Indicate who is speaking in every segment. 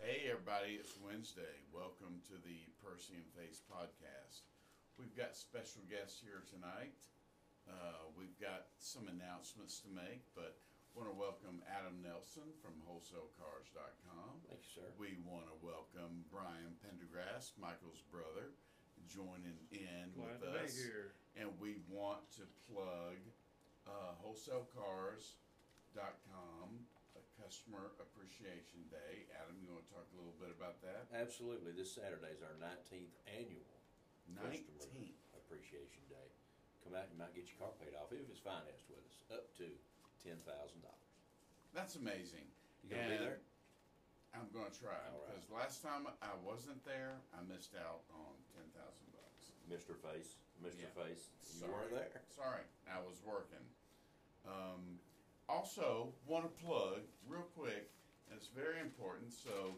Speaker 1: everybody. It's Wednesday. Welcome to the Percy and Face podcast. We've got special guests here tonight. Uh, we've got some announcements to make, but want to welcome Adam Nelson from WholesaleCars.com.
Speaker 2: Thank you, sir.
Speaker 1: We want to welcome Brian Pendergrass, Michael's brother, joining in with
Speaker 3: Glad to
Speaker 1: us.
Speaker 3: be here.
Speaker 1: And we want to plug uh, WholesaleCars.com, a Customer Appreciation Day. Adam, you want to talk a little bit about that?
Speaker 2: Absolutely. This Saturday is our 19th annual Customer
Speaker 1: 19th.
Speaker 2: Appreciation Day. Come out, you might get your car paid off if it's financed with us, up to $10,000.
Speaker 1: That's amazing.
Speaker 2: You going to be
Speaker 1: And
Speaker 2: there?
Speaker 1: I'm going to try
Speaker 2: All right.
Speaker 1: because last time I wasn't there, I missed out on ten thousand bucks.
Speaker 2: Mr. Face. Mr.
Speaker 1: Yeah.
Speaker 2: Face. You
Speaker 1: Sorry.
Speaker 2: were there.
Speaker 1: Sorry, I was working. Um, also, want to plug real quick. and It's very important. So,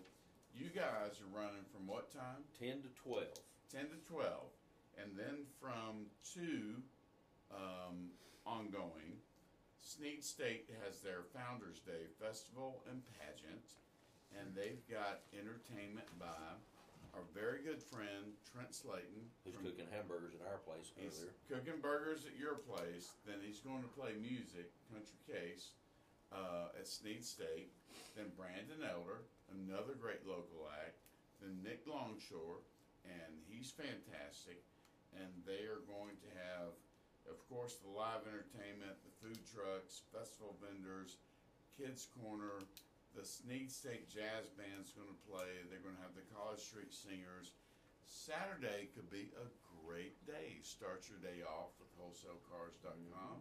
Speaker 1: you guys are running from what time?
Speaker 2: 10 to 12.
Speaker 1: Ten to twelve, and then from two um, ongoing. Sneed State has their Founders Day festival and pageant, and they've got entertainment by our very good friend Trent Slayton.
Speaker 2: Who's
Speaker 1: from-
Speaker 2: cooking hamburgers at our place
Speaker 1: Hmm. He's
Speaker 2: earlier?
Speaker 1: cooking burgers at your place. Then he's going to play music, country case, uh, at Sneed State. Then Brandon Elder, another great local act. Then Nick Longshore, and he's fantastic. And they are going to have, of course, the live entertainment, the food trucks, festival vendors, kids corner. The Sneed State Jazz Band's going to play. They're going to have the College Street Singers. Saturday could be a great day. Start your day off with wholesalecars.com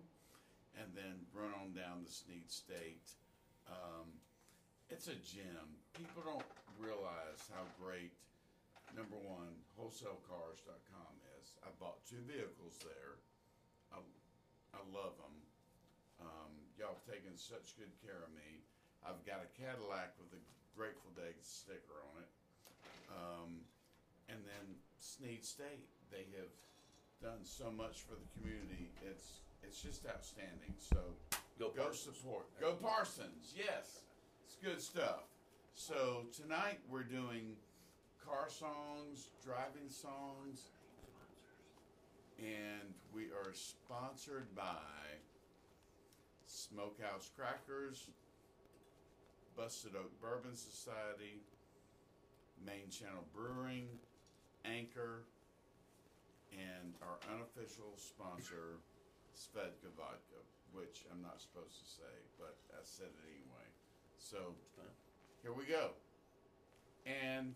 Speaker 1: and then run on down the Sneed State. Um, it's a gem. People don't realize how great, number one, wholesalecars.com is. I bought two vehicles there. I, I love them. Um, y'all have taken such good care of me. I've got a Cadillac with a Grateful Dead sticker on it. Um, And then Sneed State, they have done so much for the community. It's it's just outstanding. So
Speaker 2: Go Parsons.
Speaker 1: support. Go Parsons. Yes, it's good stuff. So tonight we're doing car songs, driving songs, and we are sponsored by Smokehouse Crackers, Busted Oak Bourbon Society, Main Channel Brewing, Anchor, and our unofficial sponsor, Svedka Vodka, which I'm not supposed to say, but I said it anyway. So
Speaker 2: Fine.
Speaker 1: here we go. And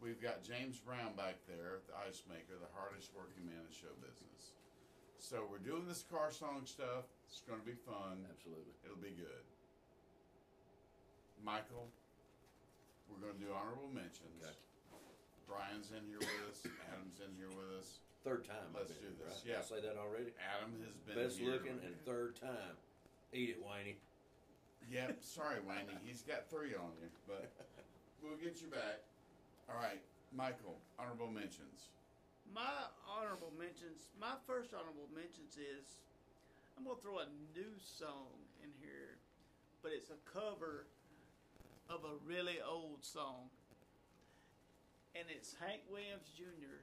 Speaker 1: we've got James Brown back there, the ice maker, the hardest working man in show business. So we're doing this car song stuff. It's going to be fun.
Speaker 2: Absolutely.
Speaker 1: It'll be good. Michael, we're going to do honorable mentions.
Speaker 2: Okay.
Speaker 1: Brian's in here with us. Adam's in here with us.
Speaker 2: Third time.
Speaker 1: Let's
Speaker 2: I've
Speaker 1: do
Speaker 2: been here,
Speaker 1: this.
Speaker 2: Right?
Speaker 1: Yeah.
Speaker 2: I say that already.
Speaker 1: Adam has been
Speaker 2: Best
Speaker 1: here.
Speaker 2: looking and third time. Eat it, Wayne.
Speaker 1: Yep. Sorry, Wayne. He's got three on you, but we'll get you back. All right, Michael. Honorable mentions.
Speaker 3: My honorable mentions, my first honorable mentions is I'm going to throw a new song in here, but it's a cover of a really old song. And it's Hank Williams Jr.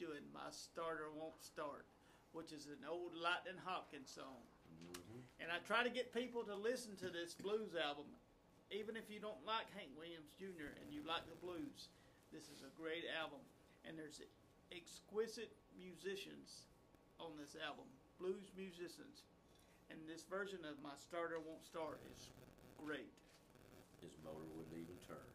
Speaker 3: doing My Starter Won't Start, which is an old Lightning Hopkins song.
Speaker 1: Mm-hmm.
Speaker 3: And I try to get people to listen to this blues album. Even if you don't like Hank Williams Jr. and you like the blues, this is a great album. And there's exquisite musicians on this album, blues musicians. And this version of My Starter Won't Start is great.
Speaker 2: His motor wouldn't even turn.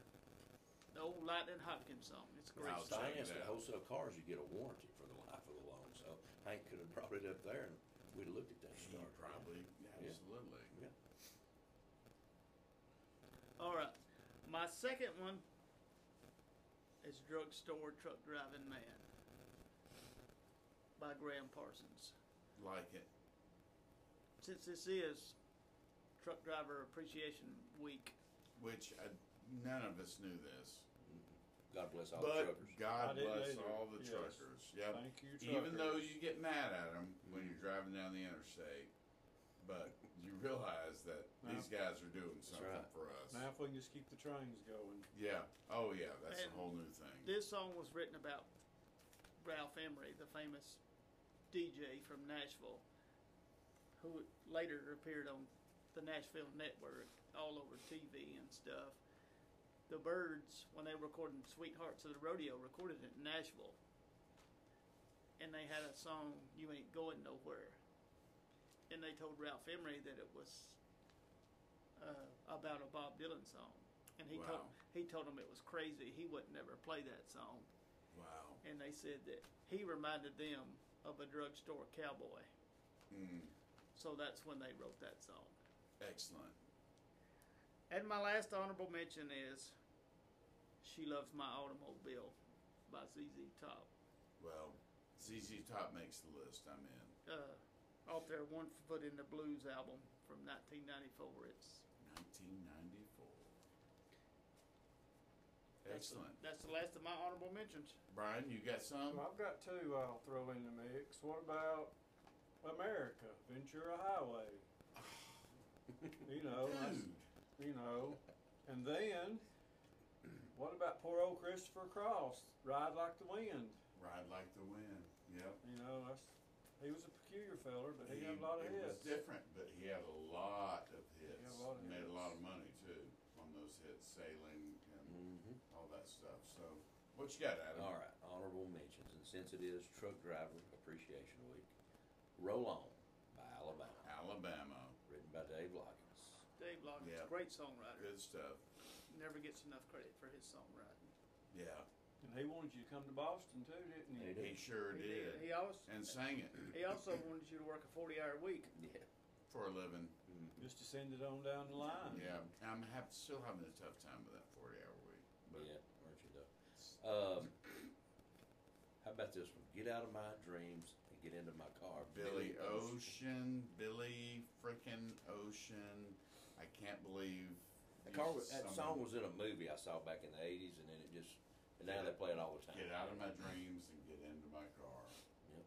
Speaker 3: The old Lightning Hopkins song. It's great.
Speaker 1: Wow. I'll check
Speaker 2: Diane
Speaker 1: it
Speaker 2: at
Speaker 1: out.
Speaker 2: wholesale cars, you get a warranty for the life of the loan. So Hank could have brought it up there and we'd have looked at that star.
Speaker 1: probably. Absolutely.
Speaker 2: Yeah.
Speaker 3: All right. My second one is Drugstore Truck Driving Man by Graham Parsons.
Speaker 1: Like it.
Speaker 3: Since this is Truck Driver Appreciation Week,
Speaker 1: Which I, none of us knew this.
Speaker 2: Mm-hmm. God bless all the
Speaker 1: but
Speaker 2: truckers.
Speaker 1: God
Speaker 4: I didn't
Speaker 1: bless
Speaker 4: either.
Speaker 1: all the
Speaker 4: Yes.
Speaker 1: truckers. Yep.
Speaker 4: Thank you,
Speaker 1: Uh, Even though
Speaker 4: truckers.
Speaker 1: you get mad at them when you're driving down the interstate, but you you realize that
Speaker 4: No.
Speaker 1: these guys are doing something
Speaker 2: right.
Speaker 1: for us.
Speaker 4: Now if we can just keep the trains going.
Speaker 1: Yeah. Oh, yeah. That's
Speaker 3: And
Speaker 1: a whole new thing.
Speaker 3: This song was written about Ralph Emery, the famous DJ from Nashville, who later appeared on the Nashville Network all over TV and stuff. The Birds, when they were recording Sweethearts of the Rodeo, recorded it in Nashville. And they had a song, You Ain't Going Nowhere. And they told Ralph Emery that it was uh, about a Bob Dylan song. And he told
Speaker 1: Wow.
Speaker 3: he told him it was crazy. He would never play that song.
Speaker 1: Wow.
Speaker 3: And they said that he reminded them of a drugstore cowboy.
Speaker 1: Mm,
Speaker 3: So that's when they wrote that song.
Speaker 1: excellent.
Speaker 3: And my last honorable mention is She Loves My Automobile by ZZ Top.
Speaker 1: Well, ZZ Top makes the list. I'm in.
Speaker 3: Uh, off their One Foot in the Blues album from 1994. It's
Speaker 1: 1994.
Speaker 3: that's the-
Speaker 1: Excellent.
Speaker 3: That's the, last of my honorable mentions.
Speaker 1: Brian, you got some?
Speaker 4: Um, I've got two I'll throw in the mix. What about America, Ventura Highway? You know, that's-
Speaker 1: Dude.
Speaker 4: you know. And then, what about poor old Christopher Cross, Ride Like the Wind?
Speaker 1: Ride like the wind. Yep.
Speaker 4: You know, that's he was a peculiar feller, but he, had a lot of
Speaker 1: it was
Speaker 4: hits.
Speaker 1: different, but he had a lot of hits.
Speaker 4: a lot of
Speaker 1: Made a
Speaker 4: hits.
Speaker 1: lot of money too on those hits, sailing and
Speaker 2: Mm-hmm.
Speaker 1: all that stuff. So, what you got, Adam?
Speaker 2: All right, honorable mentions, and since it is Truck Driver Appreciation Week, Roll On by Alabama,
Speaker 1: Alabama,
Speaker 2: written by Dave Loggins.
Speaker 3: Dave Loggins,
Speaker 1: Yeah.
Speaker 3: great songwriter.
Speaker 1: good stuff.
Speaker 3: Never gets enough credit for his songwriting.
Speaker 1: Yeah,
Speaker 4: And he wanted you to come to Boston too, didn't
Speaker 2: He
Speaker 4: he?
Speaker 2: did.
Speaker 1: he sure
Speaker 3: He
Speaker 1: did,
Speaker 3: He also,
Speaker 1: and sang it
Speaker 3: he also wanted you to work a 40 hour week.
Speaker 2: Yeah.
Speaker 1: for a living.
Speaker 4: Just to send it on down the line.
Speaker 1: Yeah, I'm have, still having a tough time with that 40-hour week. But
Speaker 2: Yeah, aren't you though? Um, how about this one? Get out of my dreams and get into my car.
Speaker 1: Billy Ocean, Billy freaking Ocean. I can't believe
Speaker 2: That, car was,
Speaker 1: you-
Speaker 2: that
Speaker 1: someone-
Speaker 2: song was in a movie I saw back in the '80s, and then it just, and now they play it all the time.
Speaker 1: Get out of my dreams and get into my car.
Speaker 2: Yep.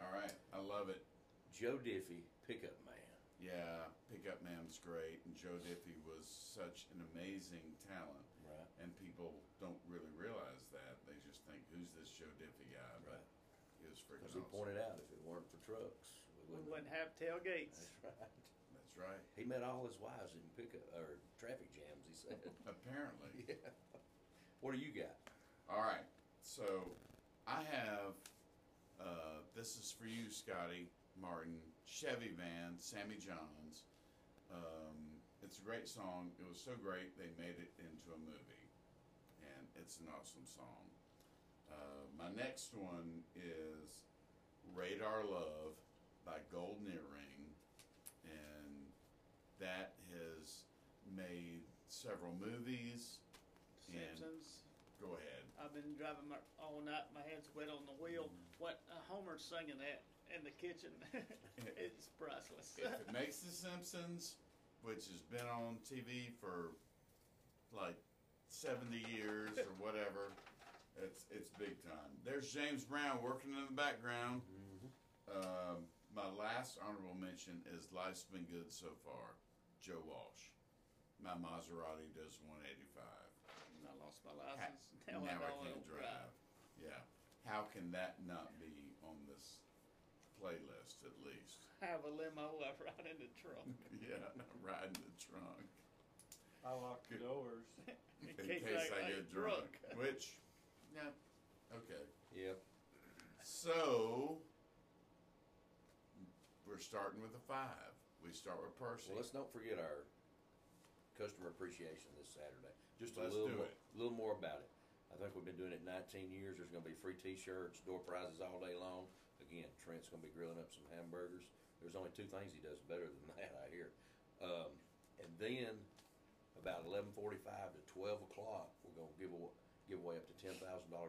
Speaker 1: All right, I love it.
Speaker 2: Joe Diffie, Pickup Man.
Speaker 1: Yeah, Pickup Man's great, and Joe Diffie was such an amazing talent,
Speaker 2: Right.
Speaker 1: and people don't really realize that. They just think, "Who's this Joe Diffie guy?" But
Speaker 2: Right.
Speaker 1: he was freaking
Speaker 2: Because
Speaker 1: awesome.
Speaker 2: he pointed out if it weren't for trucks, we
Speaker 3: We
Speaker 2: wouldn't.
Speaker 3: wouldn't have tailgates.
Speaker 2: That's right.
Speaker 1: That's right.
Speaker 2: He met all his wives in pickup or traffic jams. He said.
Speaker 1: Apparently.
Speaker 2: yeah. What do you got?
Speaker 1: All right. So I have uh, this is for you, Scotty Martin, Chevy Van, Sammy Johns. Um, it's a great song. It was so great they made it into a movie, and it's an awesome song. Uh, my next one is Radar Love by Golden Earring, and that has made several movies. Yeah.
Speaker 3: Simpsons.
Speaker 1: Go ahead.
Speaker 3: I've been driving my, all night. My head's wet on the wheel.
Speaker 1: Mm-hmm.
Speaker 3: What uh, Homer's singing that in the kitchen. it's priceless.
Speaker 1: if it makes The Simpsons, which has been on TV for like 70 years or whatever, it's it's big time. There's James Brown working in the background. Um, my last honorable mention is Life's Been Good So Far, Joe Walsh. My Maserati does 185.
Speaker 3: I lost my license.
Speaker 1: now
Speaker 3: I, know
Speaker 1: I
Speaker 3: don't
Speaker 1: can't drive. Yeah. How can that not be on this playlist at least?
Speaker 3: I have a limo. I ride in the trunk
Speaker 1: yeah, riding the trunk.
Speaker 4: I locked the
Speaker 1: Good.
Speaker 4: doors.
Speaker 3: in,
Speaker 1: in case, I, get drunk. Which, no. Okay.
Speaker 2: Yep.
Speaker 1: So, we're starting with a five. We start with Percy.
Speaker 2: Well, let's not forget our customer appreciation this Saturday. Just a
Speaker 1: Let's
Speaker 2: little
Speaker 1: do
Speaker 2: more,
Speaker 1: it.
Speaker 2: little more about it. I think we've been doing it 19 years. There's going to be free T-shirts, door prizes all day long. Again, Trent's going to be grilling up some hamburgers. There's only two things he does better than that, I hear. Um, and then about 11:45 to 12 o'clock, we're going to give away, give away up to $10,000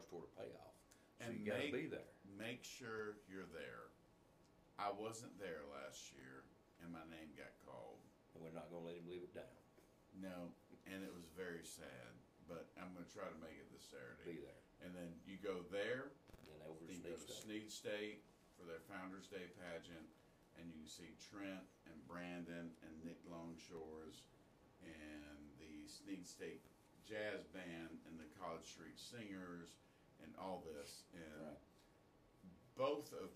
Speaker 2: toward a payoff. So
Speaker 1: And
Speaker 2: you got to
Speaker 1: make-
Speaker 2: be there.
Speaker 1: Make sure you're there. I wasn't there last year, and my name got called.
Speaker 2: And we're not going to let him leave it down.
Speaker 1: No, and it was very sad. But I'm going to try to make it this
Speaker 2: Be
Speaker 1: Saturday.
Speaker 2: there.
Speaker 1: And then you go there.
Speaker 2: Then over to
Speaker 1: Then you go to
Speaker 2: Sneak's
Speaker 1: Sneed State for their Founders Day pageant, and you can see Trent and Brandon and Nick Longshore's and the Sneak State Jazz Band and the College Street Singers and all this. And
Speaker 2: Right.
Speaker 1: both of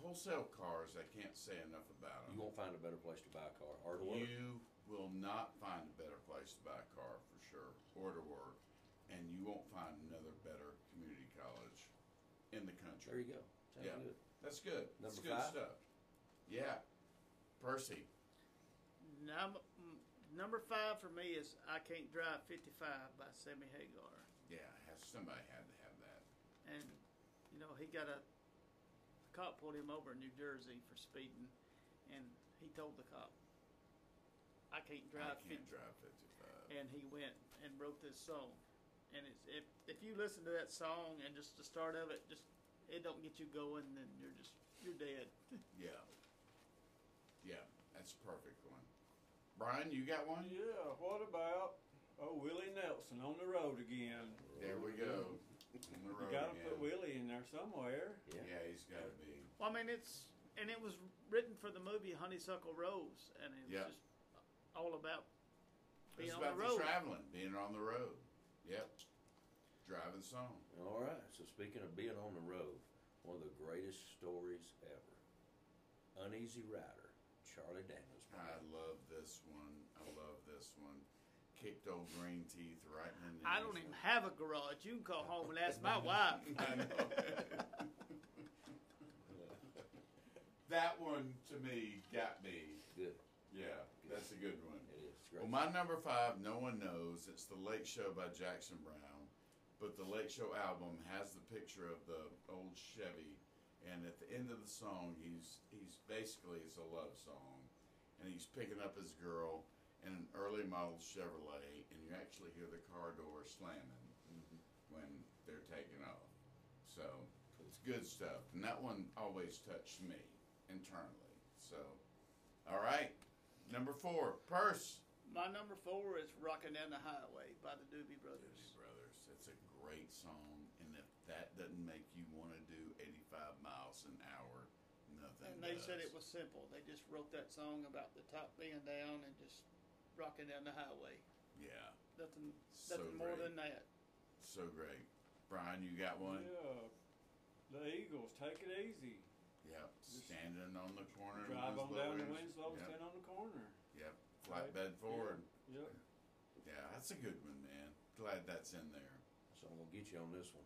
Speaker 1: wholesale cars, I can't say enough about
Speaker 2: You
Speaker 1: them.
Speaker 2: won't find a better place to buy a car or to
Speaker 1: You,
Speaker 2: work.
Speaker 1: will not find a better place to buy a car for sure, or to work, and you won't find another better community college in the
Speaker 2: There
Speaker 1: country.
Speaker 2: you go. Sounds
Speaker 1: Yeah.
Speaker 2: good.
Speaker 1: That's good. That's
Speaker 2: Number
Speaker 1: good
Speaker 2: five?
Speaker 1: stuff. Yeah, Percy.
Speaker 3: Number mm, number five for me is I Can't Drive 55 by Sammy Hagar.
Speaker 1: Yeah, has, somebody had to have that.
Speaker 3: and you know he got a, a cop pulled him over in New Jersey for speeding, and he told the cop, "I can't drive."
Speaker 1: I can't
Speaker 3: 50."
Speaker 1: drive uh, 55.
Speaker 3: And he went and wrote this song, and it's if if you listen to that song and just the start of it, just it don't get you going, then you're just you're dead.
Speaker 1: Yeah. Yeah, that's a perfect one. Brian, you got one?
Speaker 4: Yeah, what about oh Willie Nelson on the road again?
Speaker 1: There we go.
Speaker 2: Mm-hmm.
Speaker 1: On the
Speaker 4: You
Speaker 1: road
Speaker 4: gotta
Speaker 1: again.
Speaker 4: put Willie in there somewhere.
Speaker 2: Yeah.
Speaker 1: yeah, he's got to be.
Speaker 3: Well, I mean it's and it was written for the movie Honeysuckle Rose, and it's
Speaker 1: Yeah.
Speaker 3: just all about being
Speaker 1: It's
Speaker 3: on the
Speaker 1: about the,
Speaker 3: road.
Speaker 1: traveling, being on the road. Yep. Driving song.
Speaker 2: All right. So speaking of being on the road, one of the greatest stories ever. Uneasy Rider, Charlie Daniels.
Speaker 1: I love this one. I love this one. Kicked old green teeth right in the
Speaker 3: I don't even have a garage. You can call home and ask my wife.
Speaker 1: I know. that one to me got me.
Speaker 2: Good.
Speaker 1: Yeah, that's a good one.
Speaker 2: It is. It's great.
Speaker 1: Well, my number five, no one knows. It's The Late Show by Jackson Brown. But The Late Show album has the picture of the old Chevy. And at the end of the song, he's, he's basically, it's a love song. And he's picking up his girl in an early model Chevrolet. And you actually hear the car door slamming
Speaker 2: Mm-hmm.
Speaker 1: when they're taking off. So it's good stuff. And that one always touched me internally. So, all right. Number four, Purse.
Speaker 3: My number four is "Rockin' Down the Highway" by the Doobie Brothers.
Speaker 1: Doobie Brothers. It's a great song, and if that doesn't make you want to do 85 miles an hour, nothing.
Speaker 3: And they
Speaker 1: does.
Speaker 3: said it was simple. They just wrote that song about the top being down and just rocking down the highway.
Speaker 1: Yeah,
Speaker 3: Nothing,
Speaker 1: so
Speaker 3: nothing more
Speaker 1: great.
Speaker 3: than that.
Speaker 1: so great. Brian, you got one?
Speaker 4: Yeah. The Eagles, take it easy.
Speaker 1: Yep. Standing on the corner. in
Speaker 4: Drive on down to
Speaker 1: Winslow's.
Speaker 4: Winslow,
Speaker 1: Yep.
Speaker 4: stand on the corner.
Speaker 1: Flatbed forward.
Speaker 4: Yep.
Speaker 1: Yeah, that's a good one, man. Glad that's in there.
Speaker 2: so I'm gonna get you on this one.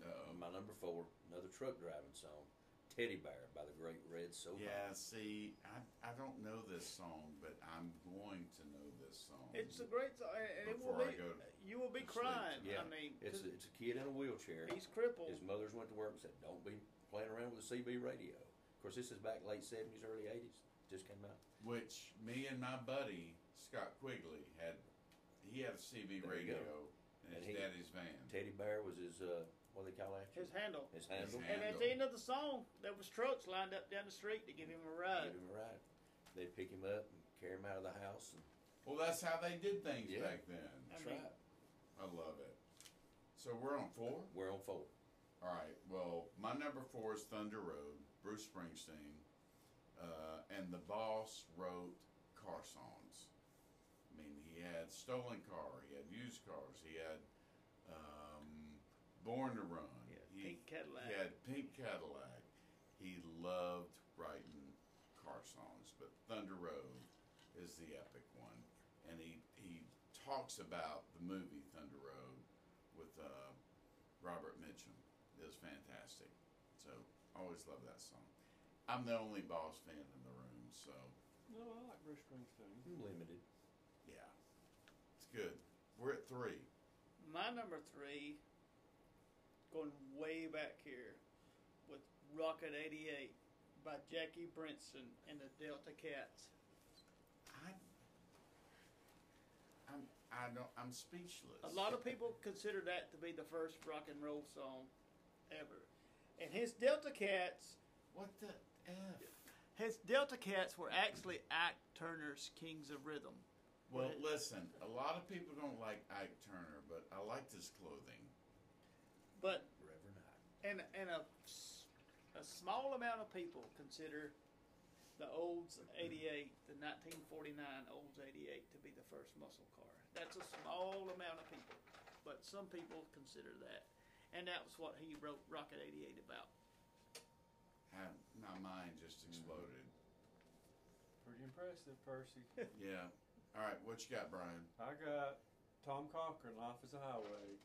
Speaker 1: Uh-oh.
Speaker 2: My number four, another truck driving song, Teddy Bear by the Great Red Soda.
Speaker 1: Yeah, see, I, I don't know this song, but I'm going to know this song.
Speaker 3: It's a great song, and and it will
Speaker 1: Before I
Speaker 3: be.
Speaker 1: go to
Speaker 3: You will be
Speaker 1: sleep
Speaker 3: crying.
Speaker 2: tonight.
Speaker 3: I mean,
Speaker 2: It's a,
Speaker 3: 'cause
Speaker 2: it's a kid in a wheelchair.
Speaker 3: he's crippled.
Speaker 2: His mother's went to work and said, "Don't be playing around with the CB radio." Of course, this is back late seventies, early eighties. Just came out.
Speaker 1: Mm-hmm. which me and my buddy Scott Quigley had. He had a CB
Speaker 2: There you
Speaker 1: radio
Speaker 2: go.
Speaker 1: in his
Speaker 2: And he-
Speaker 1: daddy's van.
Speaker 2: Teddy Bear was his uh, what do they call that?
Speaker 3: His handle.
Speaker 2: His handle.
Speaker 1: His
Speaker 3: And at
Speaker 1: handle.
Speaker 3: the end of the song, there was trucks lined up down the street to give him a ride.
Speaker 2: Give him a ride. They pick him up and carry him out of the house. And
Speaker 1: Well, that's how they did things
Speaker 2: Yeah.
Speaker 1: back then.
Speaker 3: I
Speaker 2: that's
Speaker 3: mean,
Speaker 2: right.
Speaker 1: I love it. So we're on four.
Speaker 2: We're on four.
Speaker 1: All right. Well, my number four is Thunder Road, Bruce Springsteen, uh, and the boss wrote car songs. I mean, he had stolen car, he had used cars, he had um, Born to Run.
Speaker 3: yeah,
Speaker 1: he,
Speaker 3: pink Cadillac.
Speaker 1: He had pink Cadillac. He loved writing car songs, but Thunder Road is the epic one, and he he talks about the movie Thunder Road with uh, Robert Mitchum. It was fantastic. So always love that song. I'm the only Boss fan in the room, so
Speaker 4: No, I like Bruce Springsteen.
Speaker 2: Limited.
Speaker 1: yeah, it's good. We're at three.
Speaker 3: My number three, going way back here, with Rocket 88 by Jackie Brinson and the Delta Cats.
Speaker 1: I I'm I don't I'm speechless.
Speaker 3: A lot of people consider that to be the first rock and roll song ever. And his Delta Cats,
Speaker 1: what the f.
Speaker 3: his Delta Cats were actually Ike Turner's Kings of Rhythm.
Speaker 1: Well,
Speaker 3: Right.
Speaker 1: listen, a lot of people don't like Ike Turner, but I liked his clothing.
Speaker 3: But
Speaker 2: Reverend High.
Speaker 3: and and a, s- a small amount of people consider the Olds 88, the 1949 Olds 88 to be the first muscle car. That's a small amount of people, but some people consider that. And that was what he wrote Rocket 88 about.
Speaker 1: I, my mind just
Speaker 3: Mm-hmm.
Speaker 1: exploded.
Speaker 4: Pretty impressive, Percy.
Speaker 1: Yeah. All right, what you got, Brian?
Speaker 4: I got Tom Cochran, Life is a Highway,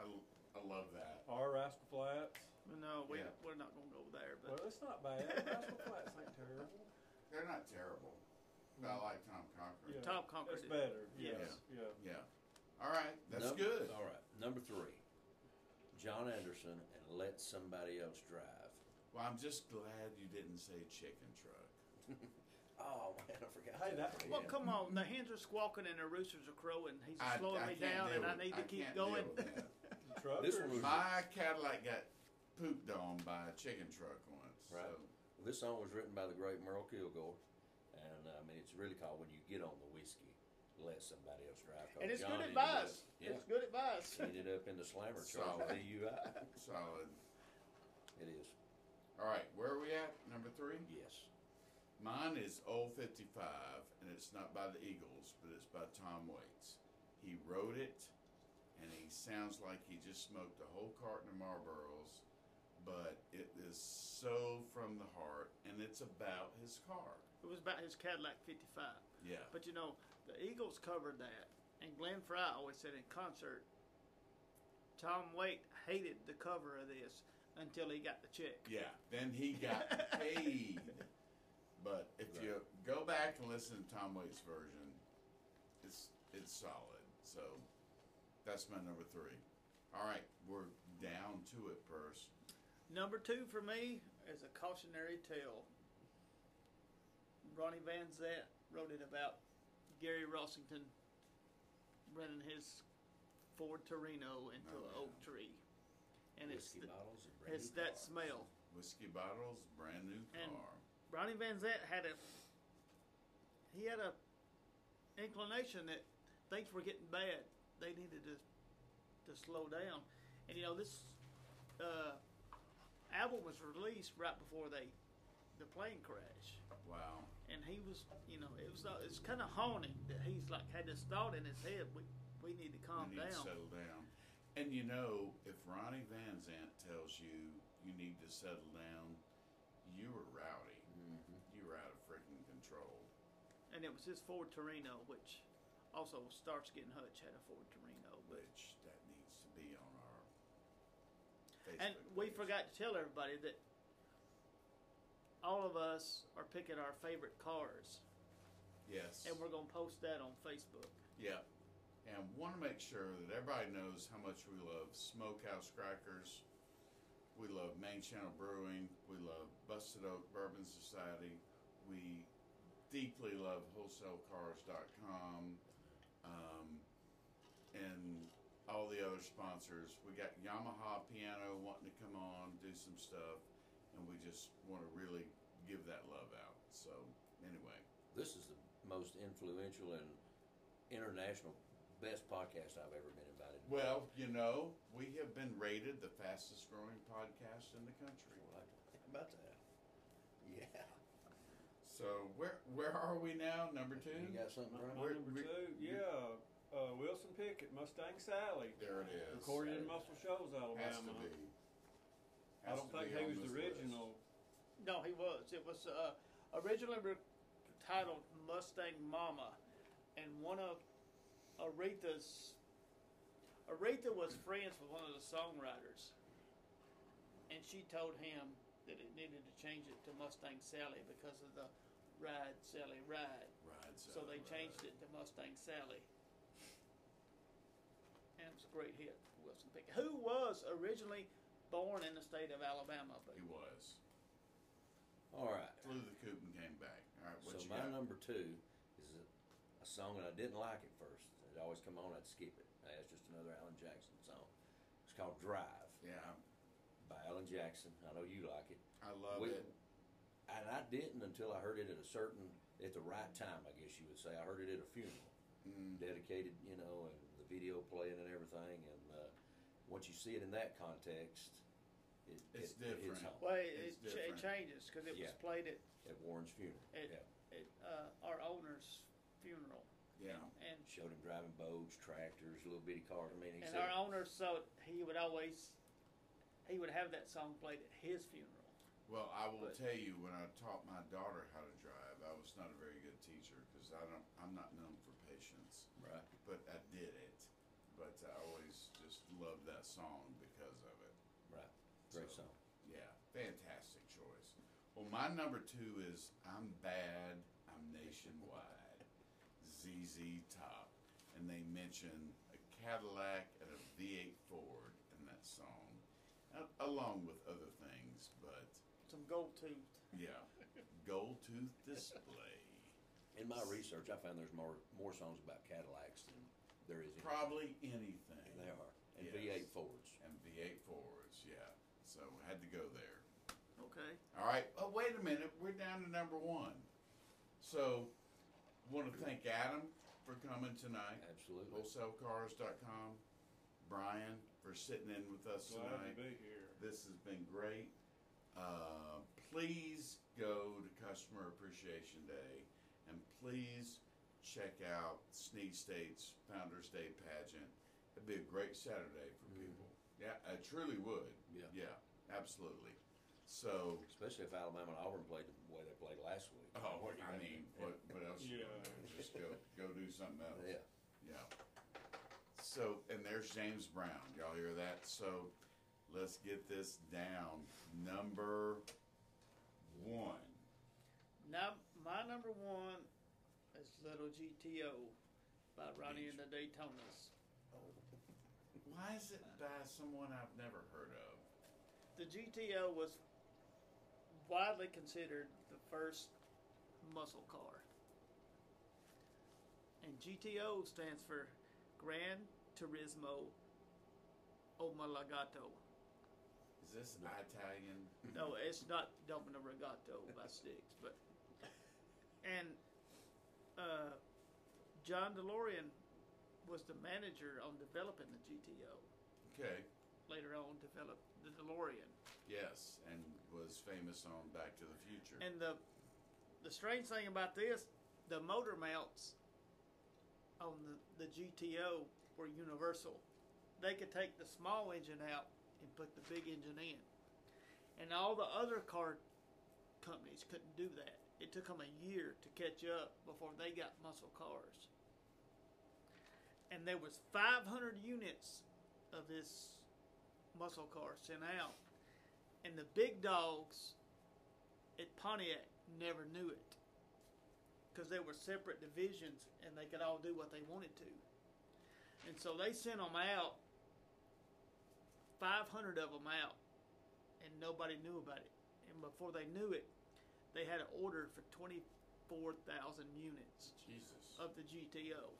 Speaker 1: I, l- I love that.
Speaker 4: R. Rascal Flats.
Speaker 3: No, we,
Speaker 1: Yeah.
Speaker 3: we're not going to go there, but
Speaker 4: Well, it's not bad. Rascal Flats ain't terrible.
Speaker 1: They're not terrible. But
Speaker 3: Mm-hmm.
Speaker 1: I like Tom Cochran.
Speaker 4: Yeah.
Speaker 3: Tom Conquered
Speaker 4: It's
Speaker 3: it.
Speaker 4: better. Yes. Yeah.
Speaker 1: Yeah. All right, that's
Speaker 2: Num-
Speaker 1: good.
Speaker 2: All right. Number three, John Anderson and Let Somebody Else Drive.
Speaker 1: Well, I'm just glad you didn't say chicken truck.
Speaker 2: Oh, man, I forgot.
Speaker 4: Hey,
Speaker 2: that.
Speaker 4: that-
Speaker 2: Yeah.
Speaker 3: Well, come on. The hens are squawking and the roosters are crowing. He's
Speaker 1: I,
Speaker 3: slowing
Speaker 1: I
Speaker 3: me
Speaker 1: can't
Speaker 3: down,
Speaker 1: deal
Speaker 3: and I
Speaker 1: with-
Speaker 3: need to keep
Speaker 1: can't deal
Speaker 3: going.
Speaker 1: with that.
Speaker 4: The truckers.
Speaker 2: This one was-
Speaker 1: My Cadillac got pooped on by a chicken truck once.
Speaker 2: Right. This song was written by the great Merle Kilgore, and uh, I mean it's really called "When You Get on the Whiskey, Let Somebody Else Drive." 'cause
Speaker 3: And it's
Speaker 2: John ended
Speaker 3: good
Speaker 2: up-
Speaker 3: advice.
Speaker 2: Yeah,
Speaker 3: It's good advice.
Speaker 2: ended up in the slammer charge
Speaker 1: Solid.
Speaker 2: with DUI.
Speaker 1: So, solid.
Speaker 2: It is.
Speaker 1: All right, where are we at? Number three?
Speaker 2: Yes.
Speaker 1: Mine is Old 55, and it's not by the Eagles, but it's by Tom Waits. He wrote it, and he sounds like he just smoked a whole carton of Marlboros, but it is so from the heart, and it's about his car.
Speaker 3: It was about his Cadillac 55.
Speaker 1: Yeah.
Speaker 3: But you know, the Eagles covered that, and Glenn Fry always said in concert, Tom Waite hated the cover of this until he got the check.
Speaker 1: Yeah. Then he got paid. But if you go back and listen to Tom Waits' version, it's it's solid. So that's my number three. All right, we're down to it, Purse.
Speaker 3: Number two for me is a cautionary tale. Ronnie Van Zant wrote it about Gary Rossington running his Ford Torino into
Speaker 1: Oh,
Speaker 3: an
Speaker 1: yeah.
Speaker 3: oak tree, and it's
Speaker 2: Whiskey
Speaker 3: th-
Speaker 2: bottles and brand
Speaker 3: it's
Speaker 2: new
Speaker 3: that
Speaker 2: cars.
Speaker 3: smell.
Speaker 1: Whiskey bottles, brand new car.
Speaker 3: And- Ronnie Van Zant had a he had a inclination that things were getting bad. They needed to to slow down, and you know this uh, album was released right before they the plane crash,
Speaker 1: wow.
Speaker 3: and he was you know it was it's kind of haunting that he's like had this thought in his head we we need to calm
Speaker 1: you need
Speaker 3: down.
Speaker 1: to settle down. And you know, if Ronnie Van Zant tells you you need to settle down, you were rowdy.
Speaker 2: Mhm.
Speaker 1: You were out of freaking control.
Speaker 3: And it was his Ford Torino, which also Starsky and Hutch had a Ford Torino, but.
Speaker 1: which that needs to be on our Facebook
Speaker 3: And we
Speaker 1: page.
Speaker 3: forgot to tell everybody that all of us are picking our favorite cars,
Speaker 1: Yes.
Speaker 3: and we're gonna post that on Facebook.
Speaker 1: yeah. And want to make sure that everybody knows how much we love Smokehouse Crackers. We love Main Channel Brewing. We love Busted Oak Bourbon Society. We deeply love WholesaleCars.com. Um, and all the other sponsors. We got Yamaha Piano wanting to come on, do some stuff. And we just want to really give that love out. So, anyway.
Speaker 2: This is the most influential and international best podcast I've ever been invited. to.
Speaker 1: Well, you know, we have been rated the fastest growing podcast in the country.
Speaker 2: Well, I- think about that. Yeah.
Speaker 1: So where where are we now? Number
Speaker 2: You
Speaker 1: two.
Speaker 2: got something, Brian?
Speaker 4: My, my
Speaker 1: We're-
Speaker 4: number
Speaker 1: we-
Speaker 4: two. Yeah. Uh, Wilson Pickett, Mustang Sally.
Speaker 1: There it is.
Speaker 4: Recorded in Muscle Shoals, Alabama.
Speaker 1: Has to be.
Speaker 4: I
Speaker 1: Has
Speaker 4: don't
Speaker 1: to
Speaker 4: think
Speaker 1: be
Speaker 4: he
Speaker 1: on
Speaker 4: was the
Speaker 1: this
Speaker 4: original.
Speaker 1: list.
Speaker 3: No, he was. It was uh, originally re- titled Mustang Mama, and one of Aretha's. Aretha was friends with one of the songwriters, and she told him that it needed to change it to Mustang Sally because of the ride Sally ride.
Speaker 1: Right.
Speaker 3: So they changed it to Mustang Sally. And it was a great hit for Wilson Pickett, who was originally born in the state of Alabama. But
Speaker 1: He was.
Speaker 2: All right.
Speaker 1: Flew the coop and came back. All right. What
Speaker 2: So
Speaker 1: you
Speaker 2: my
Speaker 1: got?
Speaker 2: number two is a, a song that I didn't like at first. It always come on, I'd skip it. Uh, It's just another Alan Jackson song. It's called Drive
Speaker 1: yeah,
Speaker 2: by Alan Jackson. I know you like it,
Speaker 1: I love
Speaker 2: We-
Speaker 1: it.
Speaker 2: and I didn't until I heard it at a certain, at the right time, I guess you would say. I heard it at a funeral,
Speaker 1: Mm,
Speaker 2: dedicated, you know, and the video playing and everything. And uh, once you see it in that context, it,
Speaker 1: It's
Speaker 2: it, it hits
Speaker 1: different.
Speaker 2: home
Speaker 3: Well, it,
Speaker 1: It's
Speaker 3: it, cha- it
Speaker 1: different.
Speaker 3: changes because it was
Speaker 2: Yeah.
Speaker 3: played at,
Speaker 2: at Warren's funeral.
Speaker 3: at,
Speaker 2: yeah.
Speaker 3: at uh, our owner's funeral.
Speaker 1: Yeah.
Speaker 3: And
Speaker 2: Showed him driving boats, tractors, little bitty cars. I mean, he
Speaker 3: and
Speaker 2: said,
Speaker 3: our owner, so he would always, he would have that song played at his funeral.
Speaker 1: Well, I will
Speaker 3: But-
Speaker 1: tell you, when I taught my daughter how to drive, I was not a very good teacher because I don't. I'm not known for patience,
Speaker 2: right.
Speaker 1: but I did it. But I always just loved that song because of it.
Speaker 2: Right. Great
Speaker 1: So,
Speaker 2: song.
Speaker 1: Yeah, fantastic choice. Well, my number two is I'm bad. I'm nationwide. ZZ Top, and they mention a Cadillac and a V8 Ford in that song, a- along with other things, but.
Speaker 3: Some gold tooth.
Speaker 1: Yeah. Gold tooth display.
Speaker 2: In my research, I found there's more more songs about Cadillacs than there is. in-
Speaker 1: Probably anything.
Speaker 2: They are. And
Speaker 1: Yes.
Speaker 2: V8 Fords.
Speaker 1: And V8 Fords, yeah. So had to go there.
Speaker 3: Okay.
Speaker 1: All right. Oh, wait a minute. We're down to number one. So want to thank Adam for coming tonight.
Speaker 2: Absolutely.
Speaker 1: WholesaleCars.com. Brian for sitting in with us
Speaker 4: Glad to
Speaker 1: tonight.
Speaker 4: be here.
Speaker 1: This has been great. Uh, please go to Customer Appreciation Day and please check out Sneed State's Founders Day pageant. It'd be a great Saturday for
Speaker 2: Mhm.
Speaker 1: people. Yeah, I truly would.
Speaker 2: Yeah.
Speaker 1: Yeah, absolutely. So,
Speaker 2: Especially if Alabama and Auburn played the way they played last week.
Speaker 1: oh,
Speaker 2: What are you
Speaker 1: I
Speaker 2: gonna
Speaker 1: mean,
Speaker 2: do?
Speaker 1: what, what else? you gonna
Speaker 4: Yeah.
Speaker 1: do? Just go, go do something else.
Speaker 2: Yeah.
Speaker 1: Yeah. So, and there's James Brown. Y'all hear that? So, let's get this down. Number one.
Speaker 3: Now, my number one is Little GTO by Ronnie and the Daytonas.
Speaker 1: Why is it by someone I've never heard of?
Speaker 3: The GTO was widely considered the first muscle car. And GTO stands for Gran Turismo Omolagato.
Speaker 1: Is this Italian?
Speaker 3: No, it's not Domino Regato by Sticks, but and uh, John DeLorean was the manager on developing the GTO.
Speaker 1: Okay.
Speaker 3: Later on, developed the DeLorean.
Speaker 1: Yes, and was famous on Back to the Future.
Speaker 3: And the the strange thing about this, the motor mounts on the, the GTO were universal. They could take the small engine out and put the big engine in. And all the other car companies couldn't do that. It took them a year to catch up before they got muscle cars. And there was 500 units of this muscle car sent out. And the big dogs at Pontiac never knew it because they were separate divisions and they could all do what they wanted to. And so they sent them out, 500 of them out, and nobody knew about it. And before they knew it, they had an order for 24,000 units
Speaker 1: Jesus.
Speaker 3: of the GTO.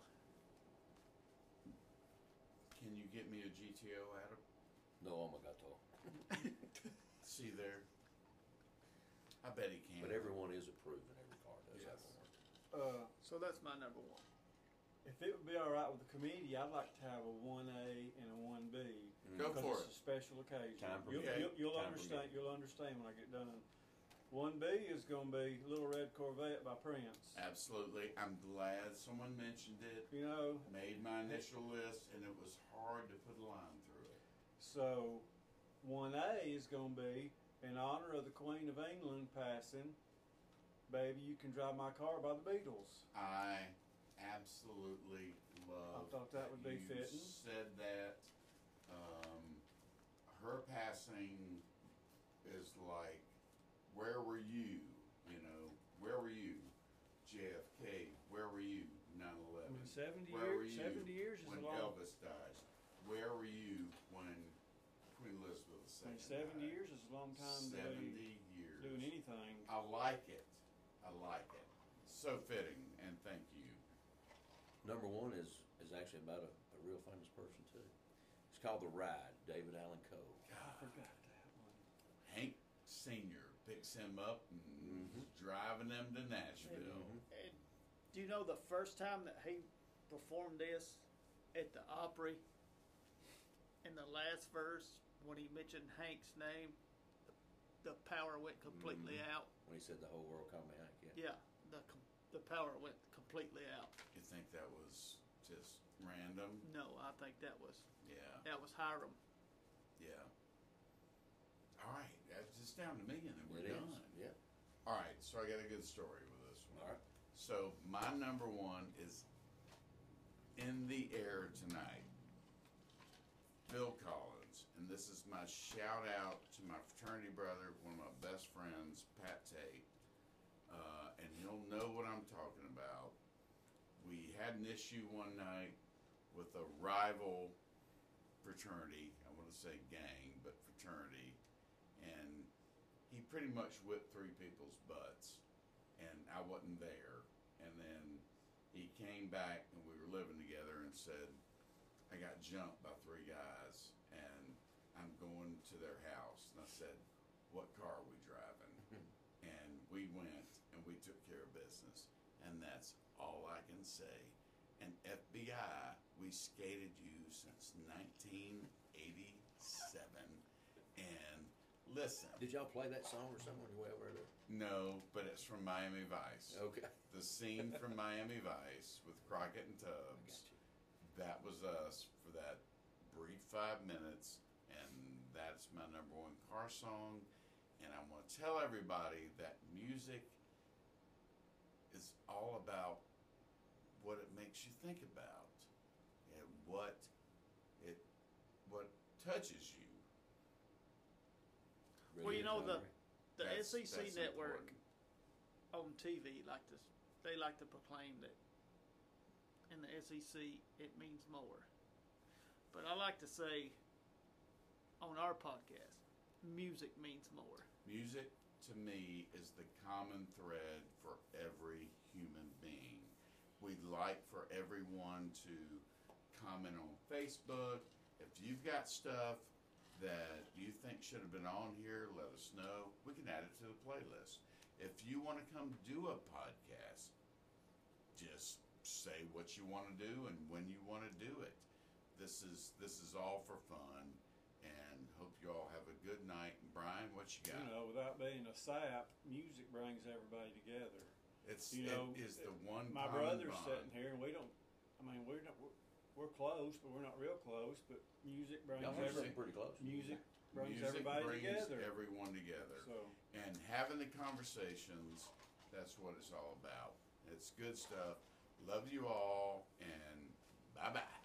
Speaker 1: Can you get me a GTO, Adam?
Speaker 2: No oh Omagato.
Speaker 1: See there? I bet he can.
Speaker 2: But everyone is approved and every car does have
Speaker 1: Yes.
Speaker 2: one.
Speaker 4: Uh,
Speaker 3: So that's my number one.
Speaker 4: if it would be all right with the committee, I'd like to have a one A and a one B.
Speaker 1: Go for it.
Speaker 4: it's a special occasion.
Speaker 2: Time
Speaker 4: you'll,
Speaker 1: permitting.
Speaker 4: you'll, you'll
Speaker 2: Time
Speaker 4: understand. You'll understand when I get done. One B is going to be Little Red Corvette by Prince.
Speaker 1: Ah. Absolutely. I'm glad someone mentioned it.
Speaker 4: You know,
Speaker 1: Made my initial list, and it was hard to put a line through it.
Speaker 4: So, one A is going to be in honor of the Queen of England passing. Baby, you can drive my car by the Beatles.
Speaker 1: I absolutely love.
Speaker 4: I thought that would be
Speaker 1: you
Speaker 4: fitting.
Speaker 1: Said that um, her passing is like, where were you? You know, where were you? JFK, where were you? 9
Speaker 4: I
Speaker 1: 11.
Speaker 4: mean, seventy
Speaker 1: Where were
Speaker 4: years.
Speaker 1: you
Speaker 4: Seventy years is
Speaker 1: when
Speaker 4: a long.
Speaker 1: Elvis died. Where were you when Queen Elizabeth
Speaker 4: I
Speaker 1: II?
Speaker 4: mean, seventy
Speaker 1: died?
Speaker 4: years is a long time to be
Speaker 1: 70 years.
Speaker 4: doing anything.
Speaker 1: I like it. I like it. So fitting, and thank you.
Speaker 2: Number one is, is actually about a, a real famous person too. It's called The Ride, David Allen Cole.
Speaker 4: I
Speaker 1: God,
Speaker 4: forgot that one.
Speaker 1: Hank Senior picks him up and
Speaker 2: Mhm.
Speaker 1: driving them to Nashville.
Speaker 3: And do you know the first time that he performed this at the Opry? In the last verse, when he mentioned Hank's name, the, the power went completely
Speaker 1: Mm-hmm.
Speaker 3: out.
Speaker 2: When he said the whole world called me Hank, yeah.
Speaker 3: Yeah, the com- the power went completely out.
Speaker 2: Mm-hmm.
Speaker 1: You think that was just random?
Speaker 3: No, I think that was
Speaker 1: Yeah,
Speaker 3: that was Hiram.
Speaker 1: yeah. All right, that's just down to me, and then we're
Speaker 2: It is,
Speaker 1: done.
Speaker 2: Yeah.
Speaker 1: All right, so I got a good story with this one.
Speaker 2: All right.
Speaker 1: So my number one is in the air tonight. Bill Collins, and this is my shout out to my fraternity brother, one of my best friends, Pat Tate, uh, and he'll know what I'm talking about. We had an issue one night with a rival fraternity. I want to say gang, but fraternity, and he pretty much whipped three people's butts and I wasn't there. And then he came back and we were living together and said, I got jumped by three guys and I'm going to their house. And I said, What car are we driving? and we went and we took care of business. And that's all I can say. And FBI, we skated you since 1987. And listen,
Speaker 2: Did y'all play that song or something on your way over there?
Speaker 1: no, but it's from Miami Vice
Speaker 2: Okay.
Speaker 1: the scene from Miami Vice with Crockett and
Speaker 2: I
Speaker 1: Tubbs.
Speaker 2: got you.
Speaker 1: That was us for that brief five minutes, and that's my number one car song. And I want to tell everybody that music is all about what it makes you think about and what it what touches you.
Speaker 3: Well, you know, the-
Speaker 2: Montgomery.
Speaker 3: The
Speaker 1: That's-
Speaker 3: SEC
Speaker 1: that's
Speaker 3: network
Speaker 1: important.
Speaker 3: on TV like to they like to proclaim that in the SEC it means more. But I like to say on our podcast, music means more.
Speaker 1: Music to me is the common thread for every human being. We'd like for everyone to comment on Facebook. If you've got stuff that you think should have been on here, let us know. We can add it to the playlist. If you want to come do a podcast, just say what you want to do and when you want to do it. This is this is all for fun, and hope you all have a good night. Brian, what you got?
Speaker 4: You know, without being a sap, music brings everybody together.
Speaker 1: It's
Speaker 4: You know,
Speaker 1: it is the one.
Speaker 4: My
Speaker 1: common
Speaker 4: brother's
Speaker 1: bond.
Speaker 4: sitting here, and we don't. I mean, we're not. We're, we're close, but we're not real close. But music brings
Speaker 2: Y'all
Speaker 1: music-
Speaker 2: were
Speaker 4: every,
Speaker 2: pretty close.
Speaker 4: music brings
Speaker 1: Music
Speaker 4: everybody
Speaker 1: brings
Speaker 4: together.
Speaker 1: Everyone together,
Speaker 4: so
Speaker 1: and having the conversations. That's what it's all about. It's good stuff. Love you all, and bye bye.